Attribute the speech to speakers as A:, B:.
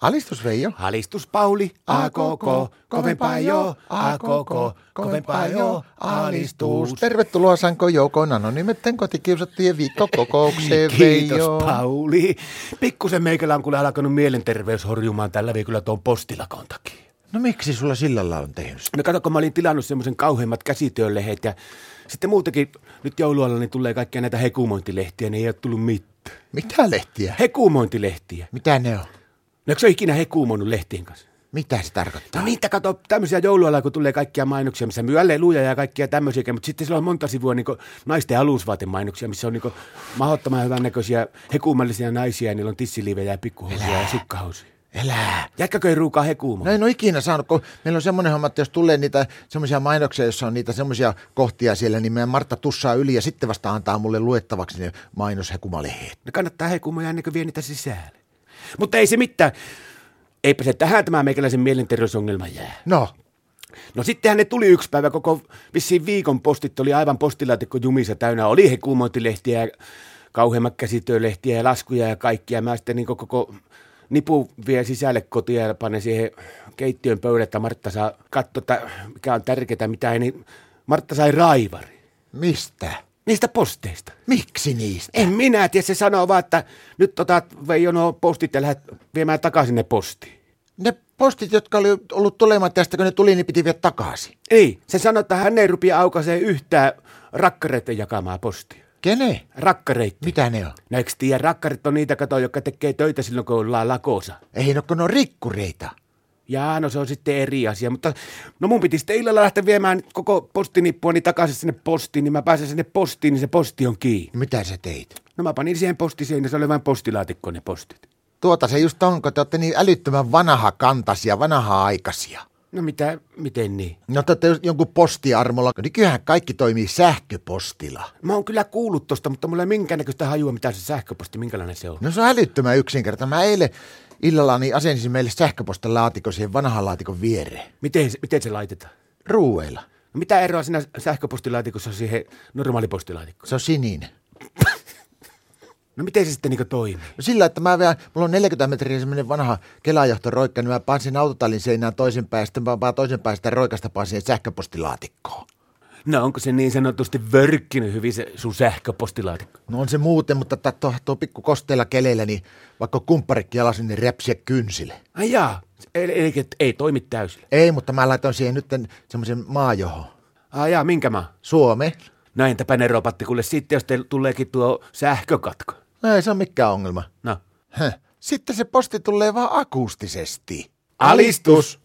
A: Alistus Veijo.
B: Alistus Pauli, a koko, kovempaa jo, a koko, kovempaa jo, alistus.
A: Tervetuloa Sanko Joukoon Anonymetten kotikiusattujen viikkokokoukseen
B: Kiitos
A: Veijo.
B: Pauli. Pikkusen meikälä on kyllä alkanut mielenterveys horjumaan tällä viikolla tuon postilakon takia.
A: No miksi sulla sillalla on tehnyt?
B: No kato, kun mä olin tilannut semmoisen kauheimmat käsityölehet ja sitten muutenkin nyt joulualla niin tulee kaikkia näitä hekumointilehtiä, niin ei ole tullut mitään.
A: Mitä lehtiä?
B: Hekumointilehtiä.
A: Mitä ne on?
B: No eikö se ole ikinä hekumoinut lehtien kanssa?
A: Mitä se tarkoittaa?
B: No niitä kato, tämmöisiä joulualla, kun tulee kaikkia mainoksia, missä myy leluja ja kaikkia tämmöisiä, mutta sitten sillä on monta sivua niin naisten alusvaatemainoksia, missä on niin mahdottoman hyvännäköisiä hekuumallisia naisia, ja niillä on tissiliivejä ja pikkuhousuja ja sukkahousuja.
A: Elää.
B: Jätkäkö ei ruukaa hekuumaan?
A: No en ole ikinä saanut, kun meillä on semmoinen homma, että jos tulee niitä semmoisia mainoksia, jossa on niitä semmoisia kohtia siellä, niin meidän Martta tussaa yli ja sitten vasta antaa mulle luettavaksi ne mainoshekumalehdet.
B: No kannattaa hekuumoja ennen kuin vie niitä sisälle. Mutta ei se mitään. Eipä se tähän tämä meikäläisen mielenterveysongelma jää.
A: No,
B: No sittenhän ne tuli yksi päivä, koko vissiin viikon postit oli aivan postilaatikko jumissa täynnä. Oli he kuumointilehtiä ja kauheimmat käsityölehtiä ja laskuja ja kaikkia. Mä sitten niin koko nipu vie sisälle kotia ja panen siihen keittiön pöydälle, että Martta saa katsoa, että mikä on tärkeää, mitä ei. Niin Martta sai raivari
A: mistä?
B: niistä posteista.
A: Miksi niistä?
B: En minä tiedä, se sanoo vaan, että nyt otat Veijo nuo postit ja lähdet viemään takaisin ne postiin.
A: Ne postit, jotka oli ollut tulemaan tästä, kun ne tuli, niin piti viedä takaisin.
B: Ei, se sanoo, että hän ei rupia aukaisee yhtään rakkareiden jakamaa postia.
A: Kene?
B: Rakkareitti.
A: Mitä ne on?
B: No eikö tiedä, rakkarit on niitä kato, jotka tekee töitä silloin, kun ollaan lakossa.
A: Ei, no kun ne on rikkureita.
B: Jaa, no se on sitten eri asia, mutta no mun piti sitten illalla lähteä viemään koko postinippuani takaisin sinne postiin, niin mä pääsen sinne postiin, niin se posti on kiinni.
A: No Mitä sä teit?
B: No mä panin siihen postiseen, ja se oli vain postilaatikko ne postit.
A: Tuota se just on, kun te olette niin älyttömän vanha kantasia, vanha aikaisia.
B: No mitä, miten niin?
A: No te olette just jonkun postiarmolla. Nykyään kaikki toimii sähköpostilla.
B: Mä oon kyllä kuullut tosta, mutta mulla ei minkäännäköistä hajua, mitä se sähköposti, minkälainen se on.
A: No se on ällyttömän yksinkertainen. Mä eilen illalla niin asensin meille sähköpostin laatikon siihen vanhan laatikon viereen.
B: Miten, se- miten se laitetaan?
A: Ruueilla.
B: No mitä eroa siinä sähköpostilaatikossa siihen normaalipostilaatikkoon?
A: Se on sininen.
B: No miten se sitten niin toimii?
A: No sillä, että mä vielä, mulla on 40 metriä semmoinen vanha kelajohto roikka, niin mä paan sen autotallin seinään toisen päin, sitten mä paan toisen päin sitä roikasta paan siihen sähköpostilaatikkoon.
B: No onko se niin sanotusti vörkkinyt hyvin se sun sähköpostilaatikko?
A: No on se muuten, mutta tää- tuo, tuo pikku kosteilla keleillä, niin vaikka kumpparikki jalasin, niin repsiä kynsille.
B: Ai jaa, eli, eli et ei toimi täysillä.
A: Ei, mutta mä laitoin siihen nyt semmoisen maajohon.
B: Ai jaa, minkä mä?
A: Suome?
B: No entäpä ne ropattikulle sitten, jos teillä tuleekin tuo sähkökatko?
A: No ei se ole mikään ongelma.
B: No.
A: Häh. Sitten se posti tulee vaan akustisesti.
B: Alistus!